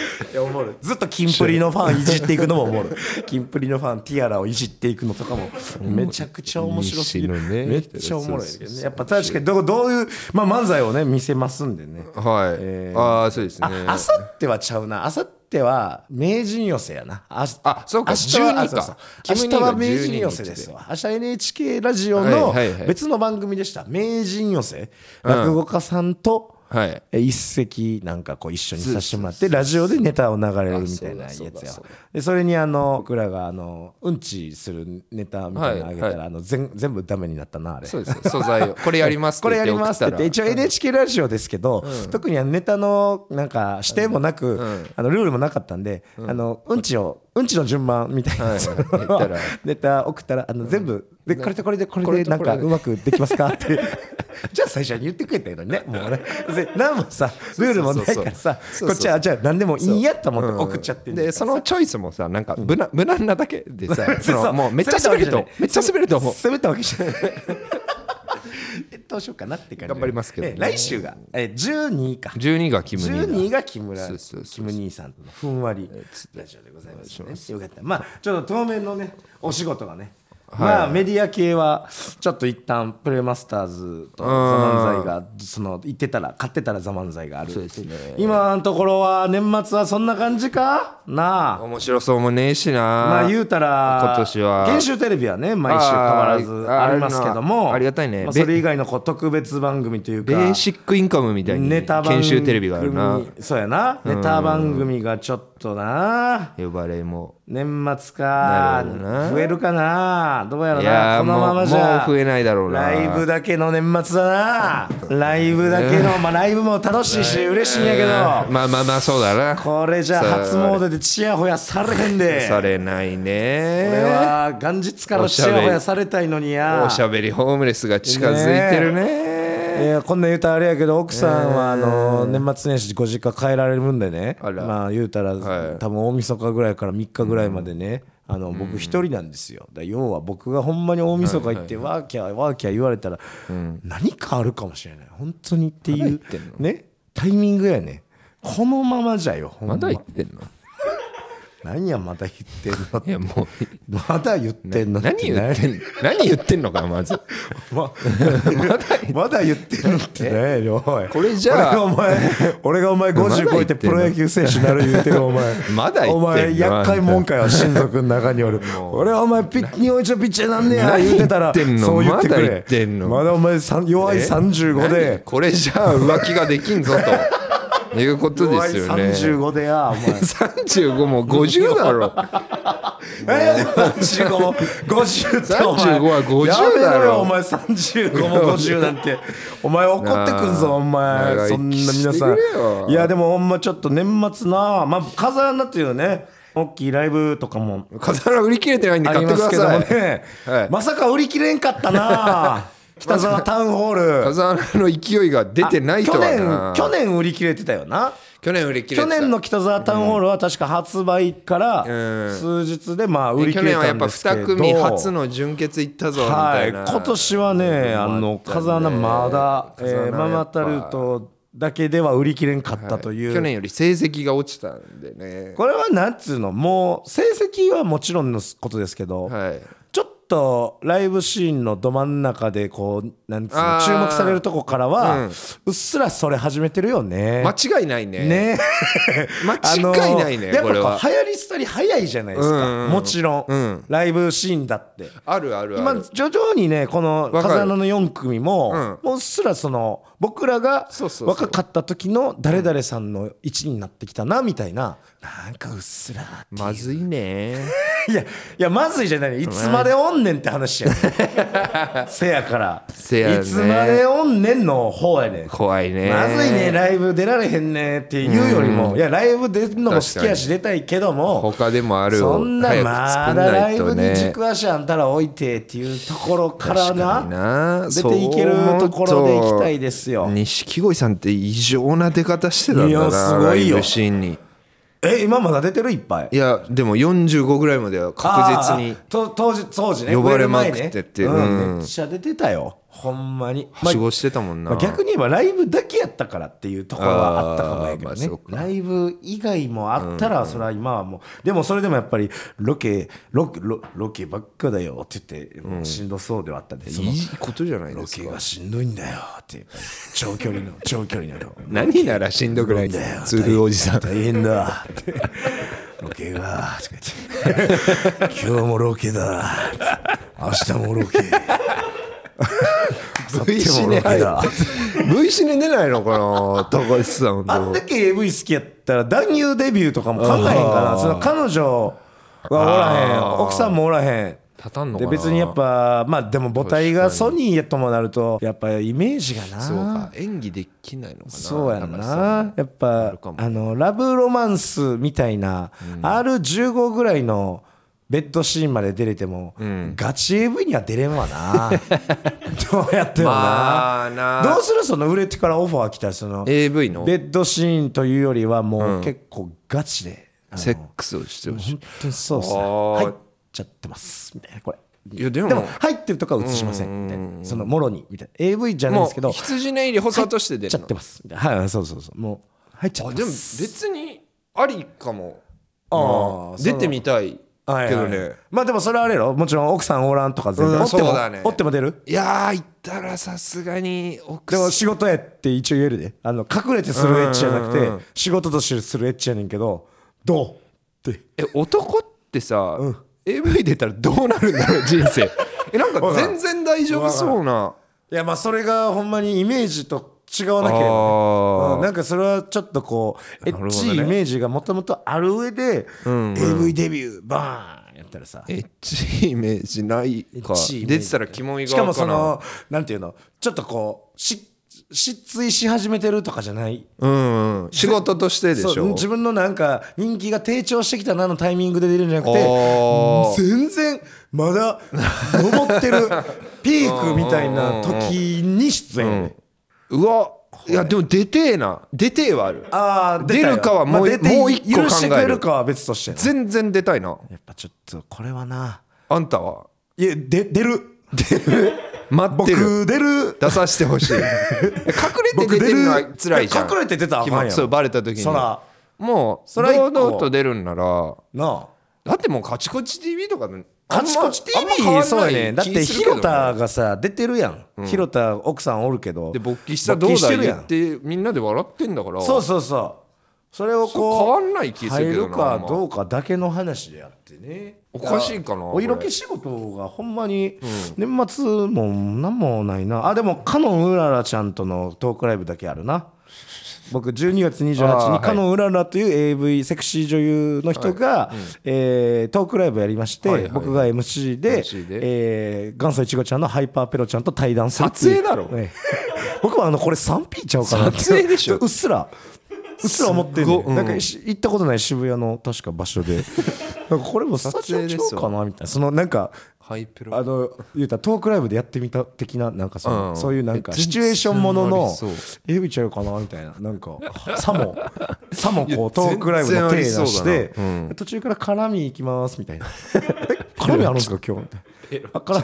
Speaker 2: ずっとキンプリのファンいじっていくのもおもろい キンプリのファンティアラをいじっていくのとかもめちゃくちゃ面白すぎる
Speaker 1: 西野ね
Speaker 2: めっちゃおもろいけ
Speaker 1: そうそ
Speaker 2: ど
Speaker 1: う
Speaker 2: ね
Speaker 1: そう
Speaker 2: やっぱ確かにどうどういうまあ漫才をね見せますんでね
Speaker 1: はい、
Speaker 2: えー
Speaker 1: ああそうですね
Speaker 2: あさってはちゃうなあさっては名人寄せやなあ
Speaker 1: あそうか
Speaker 2: 明日は
Speaker 1: 12
Speaker 2: あそうそう明日
Speaker 1: か
Speaker 2: は名人寄せですわ明日 NHK ラジオの
Speaker 1: はいはいはい
Speaker 2: 別の番組でした名人寄せ落語家さんと
Speaker 1: はい
Speaker 2: え一席なんかこう一緒にさせてもらってラジオでネタを流れるみたいなや
Speaker 1: あ
Speaker 2: つ
Speaker 1: そうだそうだ
Speaker 2: や
Speaker 1: そうだ
Speaker 2: でそれにあの僕らがあのうんちするネタみたいなのあげた
Speaker 1: はいは
Speaker 2: らあの全全部ダメになったなあれ
Speaker 1: そうです素材をこれやりますって
Speaker 2: こ
Speaker 1: 言
Speaker 2: れ
Speaker 1: っ
Speaker 2: や
Speaker 1: て
Speaker 2: り
Speaker 1: 送
Speaker 2: ま
Speaker 1: っ
Speaker 2: す
Speaker 1: た
Speaker 2: って
Speaker 1: ら
Speaker 2: 言って一応 NHK ラジオですけど、特にあのネタのなんか指定もなく、あのルールもなかったんで、あのうんちをうんちの順番みたいな、
Speaker 1: はい
Speaker 2: その
Speaker 1: 言ったら
Speaker 2: ネタ送ったらあの全部、でこれとこれでこれ
Speaker 1: これ
Speaker 2: で
Speaker 1: と
Speaker 2: なんか
Speaker 1: これで
Speaker 2: うまくできますかって じゃあ最初に言ってくれたらいいのにねもうねで何もさルールもないからさ
Speaker 1: そうそうそうそう
Speaker 2: こっちはじゃあ何でもいいやと思って送っちゃってんだよ
Speaker 1: でそのチョイスもさなんか無難,、無難なだけで さそのもうめっちゃ
Speaker 2: 攻
Speaker 1: 滑
Speaker 2: め
Speaker 1: る
Speaker 2: た
Speaker 1: と
Speaker 2: わけじゃない
Speaker 1: めっちゃ滑ると思う
Speaker 2: 攻めたわけじ ゃないどうしようかなって感じ
Speaker 1: 頑張りますけどね
Speaker 2: え来週がえ12か
Speaker 1: 12がキムニーだ
Speaker 2: 12が木村
Speaker 1: そうそうそう
Speaker 2: キム兄さんとのふんわりラジオでございますねよかったまあちょっと当面のねお仕事がねまあメディア系はちょっと一旦プレマスターズとザ・漫才がその行ってたら買ってたらザ・漫才がある今のところは年末はそんな感じかなあ
Speaker 1: 面白そうもねえしな
Speaker 2: まあ言うたら
Speaker 1: 今年は
Speaker 2: 現週テレビはね毎週変わらず
Speaker 1: あー
Speaker 2: ありますけど
Speaker 1: ある
Speaker 2: も
Speaker 1: なありがたいね
Speaker 2: まあそれ以外のこう特別番組というか
Speaker 1: ベーシックインカムみたいに
Speaker 2: ネタ番組
Speaker 1: 研修テレビがあるな
Speaker 2: そうやなネタ番組がちょっとな
Speaker 1: 呼ばれも
Speaker 2: 年末
Speaker 1: な
Speaker 2: か
Speaker 1: るほどな
Speaker 2: 増えるかなどうやろ
Speaker 1: いや
Speaker 2: な
Speaker 1: ー
Speaker 2: このままじ
Speaker 1: もう
Speaker 2: ゃ
Speaker 1: もう増えないだろうな
Speaker 2: ライブだけの年末だなライブだけのまあライブも楽しいし嬉しいんやけ
Speaker 1: あー
Speaker 2: ど
Speaker 1: まあまあまあそうだな
Speaker 2: これじゃ初
Speaker 1: そう
Speaker 2: 詣でチヤホヤされへんで
Speaker 1: されないね
Speaker 2: 俺は元日からチヤホヤされたいのにや
Speaker 1: おしゃべりホームレスが近づいてるね
Speaker 2: いやこんなん言うたらあれやけど奥さんはあの年末年始ご実家帰られるんでね
Speaker 1: あら
Speaker 2: まあ言うたら
Speaker 1: はい
Speaker 2: 多分大晦日ぐらいから3日ぐらいまでねあの僕一人なんですよだから要は僕がほんまに大晦日行ってワーキャーワーキャー言われたら何かあるかもしれない本当にっていうねタイミングやねこのままじゃよほん
Speaker 1: ま
Speaker 2: ま
Speaker 1: だ言ってんの
Speaker 2: 何やまだ言ってんの
Speaker 1: いやもう
Speaker 2: まだ言って んの
Speaker 1: 何言ってんの何言ってんのかまず
Speaker 2: ま まだ言ってる ってねよおい
Speaker 1: これじゃあ
Speaker 2: 俺がお前俺がお前50超えてプロ野球選手になる言うてるお前
Speaker 1: まだ言ってんの
Speaker 2: お前厄介もんかよ親族の中におる俺はお前ピッ日本一のピッチャーなんねや言うてたら
Speaker 1: 何言ってんの
Speaker 2: そう言ってくれ
Speaker 1: まだ言ってんの
Speaker 2: まだお前さん弱い
Speaker 1: え
Speaker 2: 35
Speaker 1: 何
Speaker 2: で
Speaker 1: これじゃあ浮気ができんぞと いうことで
Speaker 2: 弱い
Speaker 1: すよね
Speaker 2: 35でやお前
Speaker 1: 35も50だ ろ
Speaker 2: え35も50ってお
Speaker 1: 35
Speaker 2: 前
Speaker 1: は50だろ
Speaker 2: やめろよお前35も50なん てお前怒ってくん
Speaker 1: なあ
Speaker 2: ぞお前
Speaker 1: 長
Speaker 2: そん
Speaker 1: 生
Speaker 2: な
Speaker 1: きして
Speaker 2: 皆
Speaker 1: くれ
Speaker 2: さ
Speaker 1: よ
Speaker 2: んいやでもほんまちょっと年末なまあ風穴っていうね大きいライブとかも
Speaker 1: 飾ら売り切れてないんで
Speaker 2: あ
Speaker 1: 買
Speaker 2: り
Speaker 1: って
Speaker 2: ま
Speaker 1: く
Speaker 2: す
Speaker 1: だ
Speaker 2: けど
Speaker 1: さ
Speaker 2: も
Speaker 1: い
Speaker 2: ね、
Speaker 1: はい
Speaker 2: まさか売り切れんかっ たな北沢タウンホール
Speaker 1: 風穴の勢いが出てないとはな
Speaker 2: 去年去年売り切れてたよな
Speaker 1: 去年売り切れ
Speaker 2: 去
Speaker 1: てた
Speaker 2: 年の北沢タウンホールは確か発売から
Speaker 1: うん
Speaker 2: 数日でまあ売り
Speaker 1: 去
Speaker 2: 切れ
Speaker 1: 年は
Speaker 2: た
Speaker 1: やっ
Speaker 2: ん
Speaker 1: ぱ
Speaker 2: ですけど、
Speaker 1: 2組初の準決行ったぞみ
Speaker 2: は
Speaker 1: た
Speaker 2: い
Speaker 1: いな、
Speaker 2: 今年はねあの風穴まだ、え
Speaker 1: 風穴や
Speaker 2: ー
Speaker 1: っぱ
Speaker 2: ママタルトだけでは売り切れんかったという、
Speaker 1: 去年より成績が落ちたんでね
Speaker 2: これはなんつうのもう成績はもちろんのことですけど、
Speaker 1: はい
Speaker 2: ちょっとライブシーンのど真ん中でこうなんつうの
Speaker 1: あー
Speaker 2: 注目されるとこからは、う
Speaker 1: うん
Speaker 2: っすらそれ始めてるよね。
Speaker 1: 間違いないね
Speaker 2: ね
Speaker 1: 間違いないね
Speaker 2: あのー
Speaker 1: これは
Speaker 2: やっぱこう流行り廃り早いじゃないですか、
Speaker 1: うんうんうん
Speaker 2: もちろん、
Speaker 1: うん
Speaker 2: ライブシーンだって
Speaker 1: あるあるあ
Speaker 2: 今
Speaker 1: る
Speaker 2: 徐々にねこの
Speaker 1: わかる
Speaker 2: 風穴の4組も、
Speaker 1: う
Speaker 2: もううっすらその僕らが
Speaker 1: そうそうそう
Speaker 2: 若かった時の誰々さんの位置になってきたなみたいななんかうっすら って
Speaker 1: まずいね
Speaker 2: いやいやまずいじゃないいつまでおんねんって話 やねんせやから
Speaker 1: せやね
Speaker 2: いつまでおんねんの方やねん
Speaker 1: 怖いね
Speaker 2: まずいねライブ出られへんねっていうよりもいやライブ出るのも好きやし出たいけども
Speaker 1: 他でもある
Speaker 2: そんな
Speaker 1: 早く
Speaker 2: ま
Speaker 1: 作ん
Speaker 2: だ
Speaker 1: な
Speaker 2: ラ
Speaker 1: い
Speaker 2: イブ
Speaker 1: と
Speaker 2: に
Speaker 1: ね
Speaker 2: 軸足あんたら置いてっていうところから
Speaker 1: 確
Speaker 2: な
Speaker 1: かにな
Speaker 2: 出ていけるところでいきたいです
Speaker 1: そう
Speaker 2: よ
Speaker 1: 思うと錦鯉さんって異常な出方してたん
Speaker 2: い
Speaker 1: だ
Speaker 2: や
Speaker 1: な
Speaker 2: すごいよ
Speaker 1: ライブシーンに
Speaker 2: え今まだ出てるいっぱい
Speaker 1: いやでも45ぐらいまでは確実に
Speaker 2: あーと当時当時ね
Speaker 1: 呼ばれまくって
Speaker 2: 売る前ね
Speaker 1: って
Speaker 2: うん
Speaker 1: うん
Speaker 2: めっちゃ出てたよほんまに
Speaker 1: はしごしてたもんな、
Speaker 2: まあ逆に言えばライブだけやったからっていうところはあったかもやけ
Speaker 1: あーまあ
Speaker 2: ど
Speaker 1: そう
Speaker 2: ね、
Speaker 1: か
Speaker 2: ライブ以外もあったらそれは今はもうでもそれでもやっぱりロケロケロロケばっかだよって言ってもうしんどそうではあったんで、その
Speaker 1: いいことじゃない
Speaker 2: ロ
Speaker 1: です
Speaker 2: ケ
Speaker 1: か
Speaker 2: がしんどいんだよってやっぱり長距離の長距離の
Speaker 1: 何ならしんどくない
Speaker 2: だよ
Speaker 1: ツールおじさん
Speaker 2: 大変だってロケがとか言って今日もロケだ明日もロケ
Speaker 1: V シネ入って V シネ出ないのかな高橋さん
Speaker 2: あ
Speaker 1: と
Speaker 2: んだけ AV 好きやったら男優デビューとかも考えへんかなその彼女はおらへん奥さんもおらへん
Speaker 1: 立たんのか
Speaker 2: で
Speaker 1: な
Speaker 2: 別にやっぱまあでも母体がソニーやともなるとやっぱイメージがな
Speaker 1: そうか演技できないのかな
Speaker 2: そうやん
Speaker 1: だから
Speaker 2: な
Speaker 1: さ
Speaker 2: やっぱ
Speaker 1: あるかも
Speaker 2: あのラブロマンスみたいな、R15 ぐらいのベッドシーンまで出れても、ガチ AV には出れん わなどうやってもな,、
Speaker 1: まあな
Speaker 2: どうするその売れてからオファー来たらそのベ
Speaker 1: AV の
Speaker 2: ッドシーンというよりはもう結構ガチで、あの
Speaker 1: セックスをしてほしい
Speaker 2: 本当にそうですね
Speaker 1: あー
Speaker 2: 入っちゃってますみたいなこれ
Speaker 1: いやでも
Speaker 2: でも入ってるとかは映しませんみたいなそのもろにみたいな AV じゃないん
Speaker 1: も
Speaker 2: ですけど
Speaker 1: う羊ネイリ補佐として
Speaker 2: 入
Speaker 1: 出
Speaker 2: っちゃ
Speaker 1: る
Speaker 2: っ
Speaker 1: の
Speaker 2: てますみたいなはいそうそうそうもう入っち
Speaker 1: あ
Speaker 2: ゃって
Speaker 1: でも
Speaker 2: ます
Speaker 1: 別にありかも
Speaker 2: ああ
Speaker 1: うん出てみたい
Speaker 2: はい
Speaker 1: けど
Speaker 2: はい
Speaker 1: ね
Speaker 2: まあでもそれはあれやろもちろん奥さんおらんとか全然
Speaker 1: うん
Speaker 2: おっても
Speaker 1: そうだね
Speaker 2: おっても出る
Speaker 1: いやー行ったらさすがに奥
Speaker 2: で
Speaker 1: さん
Speaker 2: も仕事やって一応言えるであの隠れてするエッチじゃなくて仕事としてするエッチやねんけどどうって
Speaker 1: え男ってさ AV 出たらどうなるん だろう人生えなんか全然大丈夫そうない
Speaker 2: やまあそれがほんまにイメージと違わ
Speaker 1: あ
Speaker 2: なければねうん、
Speaker 1: ー
Speaker 2: なんかそれはちょっとこうエ
Speaker 1: なるほ
Speaker 2: ッ
Speaker 1: ど
Speaker 2: チ
Speaker 1: ね
Speaker 2: いイメージがもともとある上で、AV デビューバーンやったらさ
Speaker 1: エッチイメージない
Speaker 2: エ
Speaker 1: か
Speaker 2: ッチイメージ
Speaker 1: 出てたらキモい
Speaker 2: しか
Speaker 1: 側
Speaker 2: も
Speaker 1: か
Speaker 2: そ
Speaker 1: な
Speaker 2: のなんていうのちょっとこうし失墜し始めてるとかじゃない
Speaker 1: うんうん仕事としてでし
Speaker 2: そう
Speaker 1: ょ
Speaker 2: 自分のなんか人気が低調してきたなのタイミングで出るんじゃなく
Speaker 1: あ
Speaker 2: て全然まだ登っ てるピークみたいな時に出演、
Speaker 1: うわいやでも出てえな出てえはある
Speaker 2: ああ
Speaker 1: 出るかはもう,、もう一個
Speaker 2: 許して
Speaker 1: 考
Speaker 2: く
Speaker 1: え
Speaker 2: れ
Speaker 1: る
Speaker 2: るかは別としてな
Speaker 1: 全然出たいな
Speaker 2: やっぱちょっとこれはな
Speaker 1: あんたはい
Speaker 2: やで 出る出る
Speaker 1: 待ってる
Speaker 2: 僕出る
Speaker 1: 出させてほ しい隠れて出てるのは辛いじゃん
Speaker 2: 僕出るいや隠れて出たらあかんやん
Speaker 1: 気まそうバレた時に
Speaker 2: そら
Speaker 1: もう
Speaker 2: そら一個
Speaker 1: 堂々と出るんなら
Speaker 2: なあ
Speaker 1: だってもうカチコチ TV とかの
Speaker 2: カチコチ
Speaker 1: あんま変わ
Speaker 2: TV
Speaker 1: ん
Speaker 2: そう
Speaker 1: ない
Speaker 2: やねだっ
Speaker 1: 気
Speaker 2: て
Speaker 1: するけど
Speaker 2: 広田がさ出てるやん広田奥さんおるけど
Speaker 1: で勃起したど
Speaker 2: 勃
Speaker 1: う
Speaker 2: 起し
Speaker 1: だ
Speaker 2: て
Speaker 1: い
Speaker 2: るや
Speaker 1: 言
Speaker 2: ん
Speaker 1: ってみんなで笑ってんだから
Speaker 2: そうそうそうそれをこう
Speaker 1: そう変わんない気するけどな
Speaker 2: 入るかどうかだけの話であってね
Speaker 1: おかしいかな
Speaker 2: お色気仕事がほんまに年末も何もないなあでもかのうららちゃんとのトークライブだけあるな僕12月28日
Speaker 1: あー
Speaker 2: にかのうららという AV セクシー女優の人がえートークライブやりまし
Speaker 1: はいはい
Speaker 2: て
Speaker 1: はい
Speaker 2: 僕が MC で
Speaker 1: MC で
Speaker 2: えー元祖いちごちゃんのハイパーペロちゃんと対談するっていう
Speaker 1: 撮影だろ
Speaker 2: ええ 僕はあのこれ 3P ちゃうかなって
Speaker 1: 撮影でしょ
Speaker 2: うっすらうっすら思ってんね
Speaker 1: すご
Speaker 2: んなんかし行ったことない渋谷の確か場 所でなんかこれもスタジオちゃうかなみたいなそのなんか
Speaker 1: ハイペロ
Speaker 2: あの言うたらトークライブでやってみた的ななんかその、
Speaker 1: うん
Speaker 2: そういうなんか
Speaker 1: え全然
Speaker 2: シチュエーションもの
Speaker 1: あり
Speaker 2: の
Speaker 1: そう
Speaker 2: えびちゃうかなみたいななんか さもさも
Speaker 1: い
Speaker 2: こ
Speaker 1: や
Speaker 2: うトークライブの手出
Speaker 1: 全然あり
Speaker 2: し
Speaker 1: そうだ
Speaker 2: て、途中から絡み行きますみたい なえ絡みあるんですか今日みたいな。あ絡み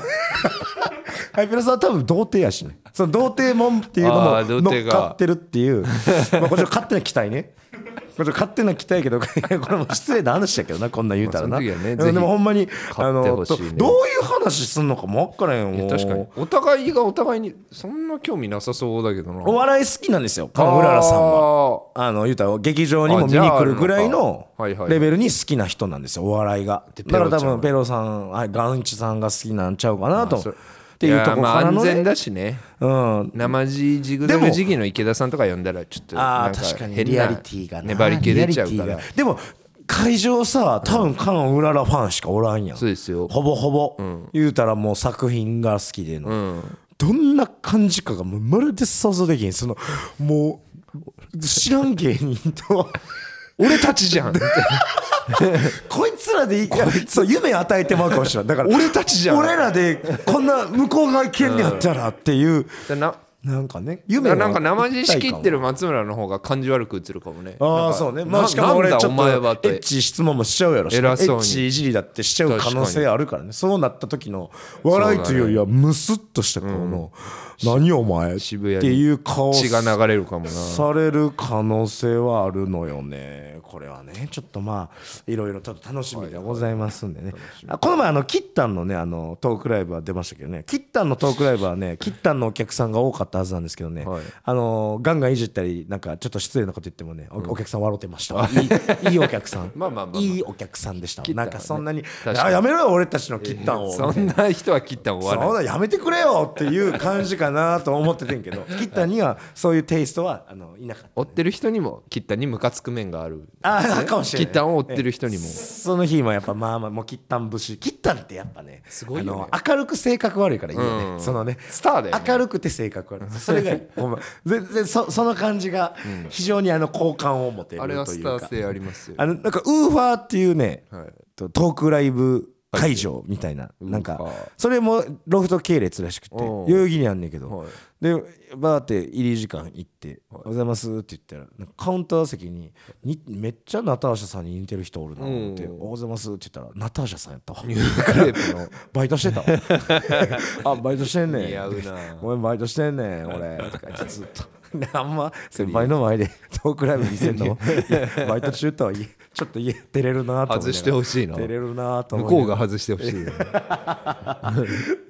Speaker 2: ハイペラさんは多分童貞やしねその童貞もんっていうのも
Speaker 1: あー童貞
Speaker 2: 乗っ
Speaker 1: が
Speaker 2: かってるっていうまあこれちょっと勝手な期待ねこれちょっと勝手な期待やけど これも失礼な話だけどなこんなん言うたら
Speaker 1: まあ
Speaker 2: な、
Speaker 1: その時はねぜひ
Speaker 2: でもほんまに
Speaker 1: 買ってほしいね
Speaker 2: あのどどういう話すんのかも分からへんもう
Speaker 1: 確かにお互いがお互いにそんな興味なさそうだけどな
Speaker 2: お笑い好きなんですよカノうららさんは
Speaker 1: は
Speaker 2: あの言うたら劇場にも見に来るぐらい
Speaker 1: あじ
Speaker 2: の
Speaker 1: ゃああるのかはいはい
Speaker 2: レベルに好きな人なんですよお笑いが
Speaker 1: で
Speaker 2: だから
Speaker 1: ペロ
Speaker 2: 多
Speaker 1: ちゃんは
Speaker 2: 分ペロさんはいガンイチさんが好きなんちゃうかなと
Speaker 1: そ
Speaker 2: っていうところ
Speaker 1: まあ
Speaker 2: からの
Speaker 1: 安全
Speaker 2: ね
Speaker 1: だしね
Speaker 2: うん
Speaker 1: 生地ジグザグ
Speaker 2: でも
Speaker 1: 時期の池田さんとか呼んだらちょっと
Speaker 2: あ
Speaker 1: な
Speaker 2: あ
Speaker 1: ん
Speaker 2: 確かに
Speaker 1: 変な
Speaker 2: リアリティがな
Speaker 1: 粘り気出ちゃうか
Speaker 2: リア
Speaker 1: ら
Speaker 2: リティがでも会場さ多分カノンうららファンしかおらんやん
Speaker 1: そうですよ
Speaker 2: ほぼほぼ、言うたらもう作品が好きでの、どんな感じかがもうまるで想像できんそのもう知らん芸人 と
Speaker 1: 俺たちじ ゃん
Speaker 2: こいつらでいいかそう夢与えてまうかもしれないだから
Speaker 1: 俺たちじゃん
Speaker 2: 俺らでこんな向こう側行んにあったらっていう、
Speaker 1: な
Speaker 2: なんかね夢
Speaker 1: な
Speaker 2: は
Speaker 1: なんか生地仕切ってる
Speaker 2: 一体感は
Speaker 1: 松村の方が感じ悪く映るかもね
Speaker 2: あ
Speaker 1: な
Speaker 2: あ
Speaker 1: んか
Speaker 2: そうねま
Speaker 1: な
Speaker 2: あしかも俺ち
Speaker 1: な
Speaker 2: ょ
Speaker 1: ん
Speaker 2: っ
Speaker 1: だ
Speaker 2: と
Speaker 1: お前はっ
Speaker 2: エッ
Speaker 1: て
Speaker 2: チ質問もしちゃうやろしエ
Speaker 1: 偉そうに
Speaker 2: ッチいじりだってしちゃう可能性あるからねそうなった時の笑いというよりはムスッとしたこの「何お前」って
Speaker 1: 渋谷に
Speaker 2: いう顔
Speaker 1: 血が流れるかもな
Speaker 2: される可能性はあるのよねこれはねちょっとまあいろいろちょっと楽しみでございますんでねあこの前あ のキッタンのねあのトークライブは出ましたけどねキッタンのトークライブはねキッタンのお客さんが多かっったはずなんですけどね、
Speaker 1: はい
Speaker 2: あのーガンガンいじったりなんかちょっと失礼なこと言ってもねお,、客さん笑ってましたいいいいお客さん
Speaker 1: まあまあまあまあ
Speaker 2: いいお客さんでした
Speaker 1: 切ったわ
Speaker 2: なん
Speaker 1: ね
Speaker 2: かそんなに
Speaker 1: 確か
Speaker 2: あ
Speaker 1: に
Speaker 2: やめろよ俺たちの切ったんを
Speaker 1: そんな人は切ったら終わ
Speaker 2: そ
Speaker 1: ら
Speaker 2: う
Speaker 1: ない
Speaker 2: だやめてくれよっていう感じかなと思っててん けどキッタにはそういうテイストはあのいなかった
Speaker 1: 追ってる人にも切ったにムカつく面がある
Speaker 2: ああかもしれない
Speaker 1: 切ったを追ってる人にも
Speaker 2: その日もやっぱまあまあもうキッタン節キッタンってやっぱね
Speaker 1: すごいよね
Speaker 2: あの明るく性格悪いからいいよね、
Speaker 1: うん
Speaker 2: そのね
Speaker 1: スターだよね
Speaker 2: 明るくて性格悪いそれがいいほんま全然そその感じが非常にあの好感を持てる
Speaker 1: あ
Speaker 2: と
Speaker 1: れ
Speaker 2: いう
Speaker 1: は
Speaker 2: か
Speaker 1: スター性ありますよ
Speaker 2: あのなんかウーファーっていうね、
Speaker 1: はい
Speaker 2: とトークライブ会場みたいな、なん
Speaker 1: ウーフ
Speaker 2: か
Speaker 1: ァー
Speaker 2: それもロフト系列らしくて
Speaker 1: お
Speaker 2: 代
Speaker 1: う
Speaker 2: 々木にあんねんけど、
Speaker 1: はい
Speaker 2: でバーって入り時間行って「おはようございます」って言ったらなんかカウンター席ににめっちゃナターシャさんに似てる人おるなと思って「お
Speaker 1: お
Speaker 2: は
Speaker 1: う
Speaker 2: ようございます」って言ったらナターシャさんやったわ
Speaker 1: ニュー クレープの
Speaker 2: バイトしてたわ あバイトしてんねん
Speaker 1: 似合うな
Speaker 2: ごめんバイトしてんねん俺とか言ってずっ とであんま先輩の前でトークライブ見せんのいやバイト中とはいえちょっと家照れるなと思いながら
Speaker 1: 外してほしいな
Speaker 2: 照れるなと
Speaker 1: 向
Speaker 2: 思
Speaker 1: こう
Speaker 2: いな
Speaker 1: が
Speaker 2: がら
Speaker 1: 外してほしいよね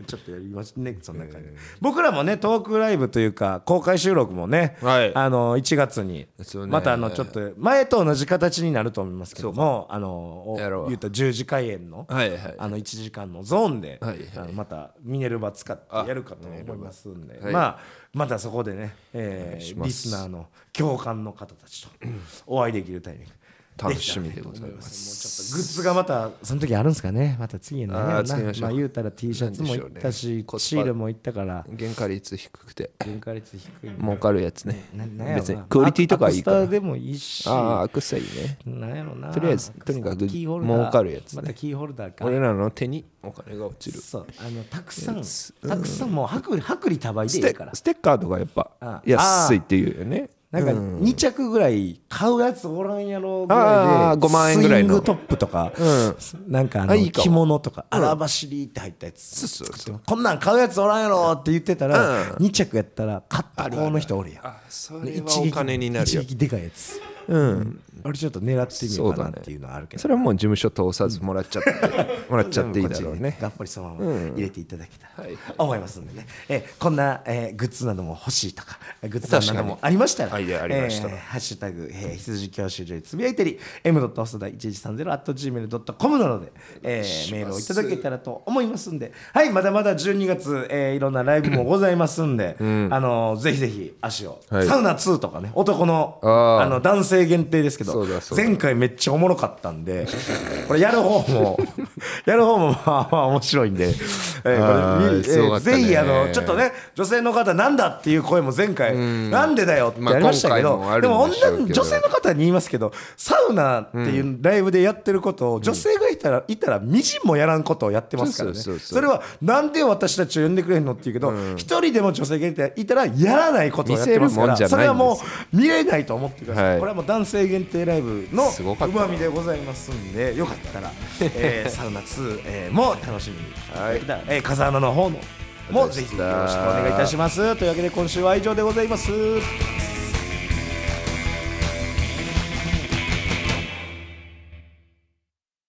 Speaker 2: ちょっとやりますねそんな感じ僕らもねトークライブというか公開収録もね
Speaker 1: はい
Speaker 2: あの1月に
Speaker 1: そうね
Speaker 2: またあのちょっと前と同じ形になると思いますけどもあのお
Speaker 1: やろう
Speaker 2: 言うた10時開演の
Speaker 1: はいはい
Speaker 2: あの1時間のゾーンで、
Speaker 1: はいはい
Speaker 2: あのまたミネルヴァ使ってやるかと思いますんで、
Speaker 1: い
Speaker 2: まあ、またそこでね、えーリスナーの共感の方たちとお会いできるタイミング。
Speaker 1: 楽しみでございます
Speaker 2: す。もうちょっとグッズがまたその時あるんですかね。また次のね。
Speaker 1: あー次
Speaker 2: ま
Speaker 1: ましょう
Speaker 2: あ言うたら T シャツもいったし、
Speaker 1: なんでしょうね
Speaker 2: シールもいったから
Speaker 1: 原価率低くて
Speaker 2: 原価率低い。
Speaker 1: 儲かるやつね
Speaker 2: ななんやろな
Speaker 1: 別にクオリティとかはいいか
Speaker 2: アクス
Speaker 1: ら
Speaker 2: タでもいいし。
Speaker 1: ああくさいいね
Speaker 2: なんやろな。
Speaker 1: とりあえずとにかく
Speaker 2: キーホルダー
Speaker 1: 儲かるやつね
Speaker 2: またキーホルダーか。
Speaker 1: 俺らの手にお金が落ちる
Speaker 2: そうあのたくさんたくさんもう薄利薄利多売で
Speaker 1: ス
Speaker 2: いい
Speaker 1: テ
Speaker 2: から
Speaker 1: ステッカーとかやっぱ
Speaker 2: あ
Speaker 1: 安いっていうよね
Speaker 2: なんか2着ぐらい買うやつおらんやろぐ
Speaker 1: あ
Speaker 2: らい
Speaker 1: ー
Speaker 2: で
Speaker 1: 5万円ぐらいの
Speaker 2: スイングトップとかなんかあ
Speaker 1: あ
Speaker 2: の
Speaker 1: いいかも
Speaker 2: 着物とか荒走りって入ったやつ
Speaker 1: そうそうそう
Speaker 2: こんなん買うやつおらんやろって言ってたら2着やったら買った方の人おるやん
Speaker 1: あそ
Speaker 2: ね
Speaker 1: れはお金になる
Speaker 2: 一
Speaker 1: よ
Speaker 2: 撃でかいやつうん俺ちょっと狙ってみようかな
Speaker 1: そうだね
Speaker 2: っていうのはあるけど
Speaker 1: それはもう事務所通さずもらっちゃってもらっちゃっていいだろうね
Speaker 2: がっぽりそのまま入れていただけた
Speaker 1: は
Speaker 2: ら
Speaker 1: い
Speaker 2: 思いますんでね、えーこんな、えーグッズなども欲しいとかグッズなど
Speaker 1: 確か
Speaker 2: も
Speaker 1: に
Speaker 2: ありましたら「
Speaker 1: はいありましたら
Speaker 2: えーハッシュタグ、えー、羊教習所」でつぶやいたり「m 細田1130」at gmail.com などで、えーメールをいただけたらと思いますんではいまだまだ12月、えーいろんなライブもございますんで、あのーぜひぜひ足を、
Speaker 1: はい
Speaker 2: サウナ2とかね男の
Speaker 1: あー
Speaker 2: あの男性限定ですけど
Speaker 1: そうだそうだ
Speaker 2: 前回めっちゃおもろかったんで、 これやる方 も、やる方もまあまあ面白いんで、えー
Speaker 1: あ
Speaker 2: こ
Speaker 1: ー
Speaker 2: れ見えー
Speaker 1: すごかったね
Speaker 2: ぜひあの、ちょっとね、女性の方なんだっていう声も前回、なんでだよって
Speaker 1: まあ
Speaker 2: やりましたけど、
Speaker 1: 今回もあ
Speaker 2: で
Speaker 1: る
Speaker 2: も
Speaker 1: んでしょうけど
Speaker 2: 女女性の方に言いますけど、サウナっていうライブでやってることを、女性がいたら、いたらみじんもやらんことをやってますからね。
Speaker 1: そうそうそうそう
Speaker 2: それは、なんで私たちを呼んでくれへんのって言うけど、一、人でも女性がいたら、いたらやらないことをやってます
Speaker 1: 見せる
Speaker 2: か
Speaker 1: もん
Speaker 2: ら、
Speaker 1: じゃないんです
Speaker 2: それはもう見れないと思ってください。
Speaker 1: はい
Speaker 2: これはもう男性限定ライブの
Speaker 1: すごか
Speaker 2: う
Speaker 1: った
Speaker 2: まみでございますんでよかっ たら、えーサウナ2、えーも楽しみに
Speaker 1: はい
Speaker 2: いただけたらえー風穴の方のもぜひよろしくお願いいたしますというわけで今週は以上でございます。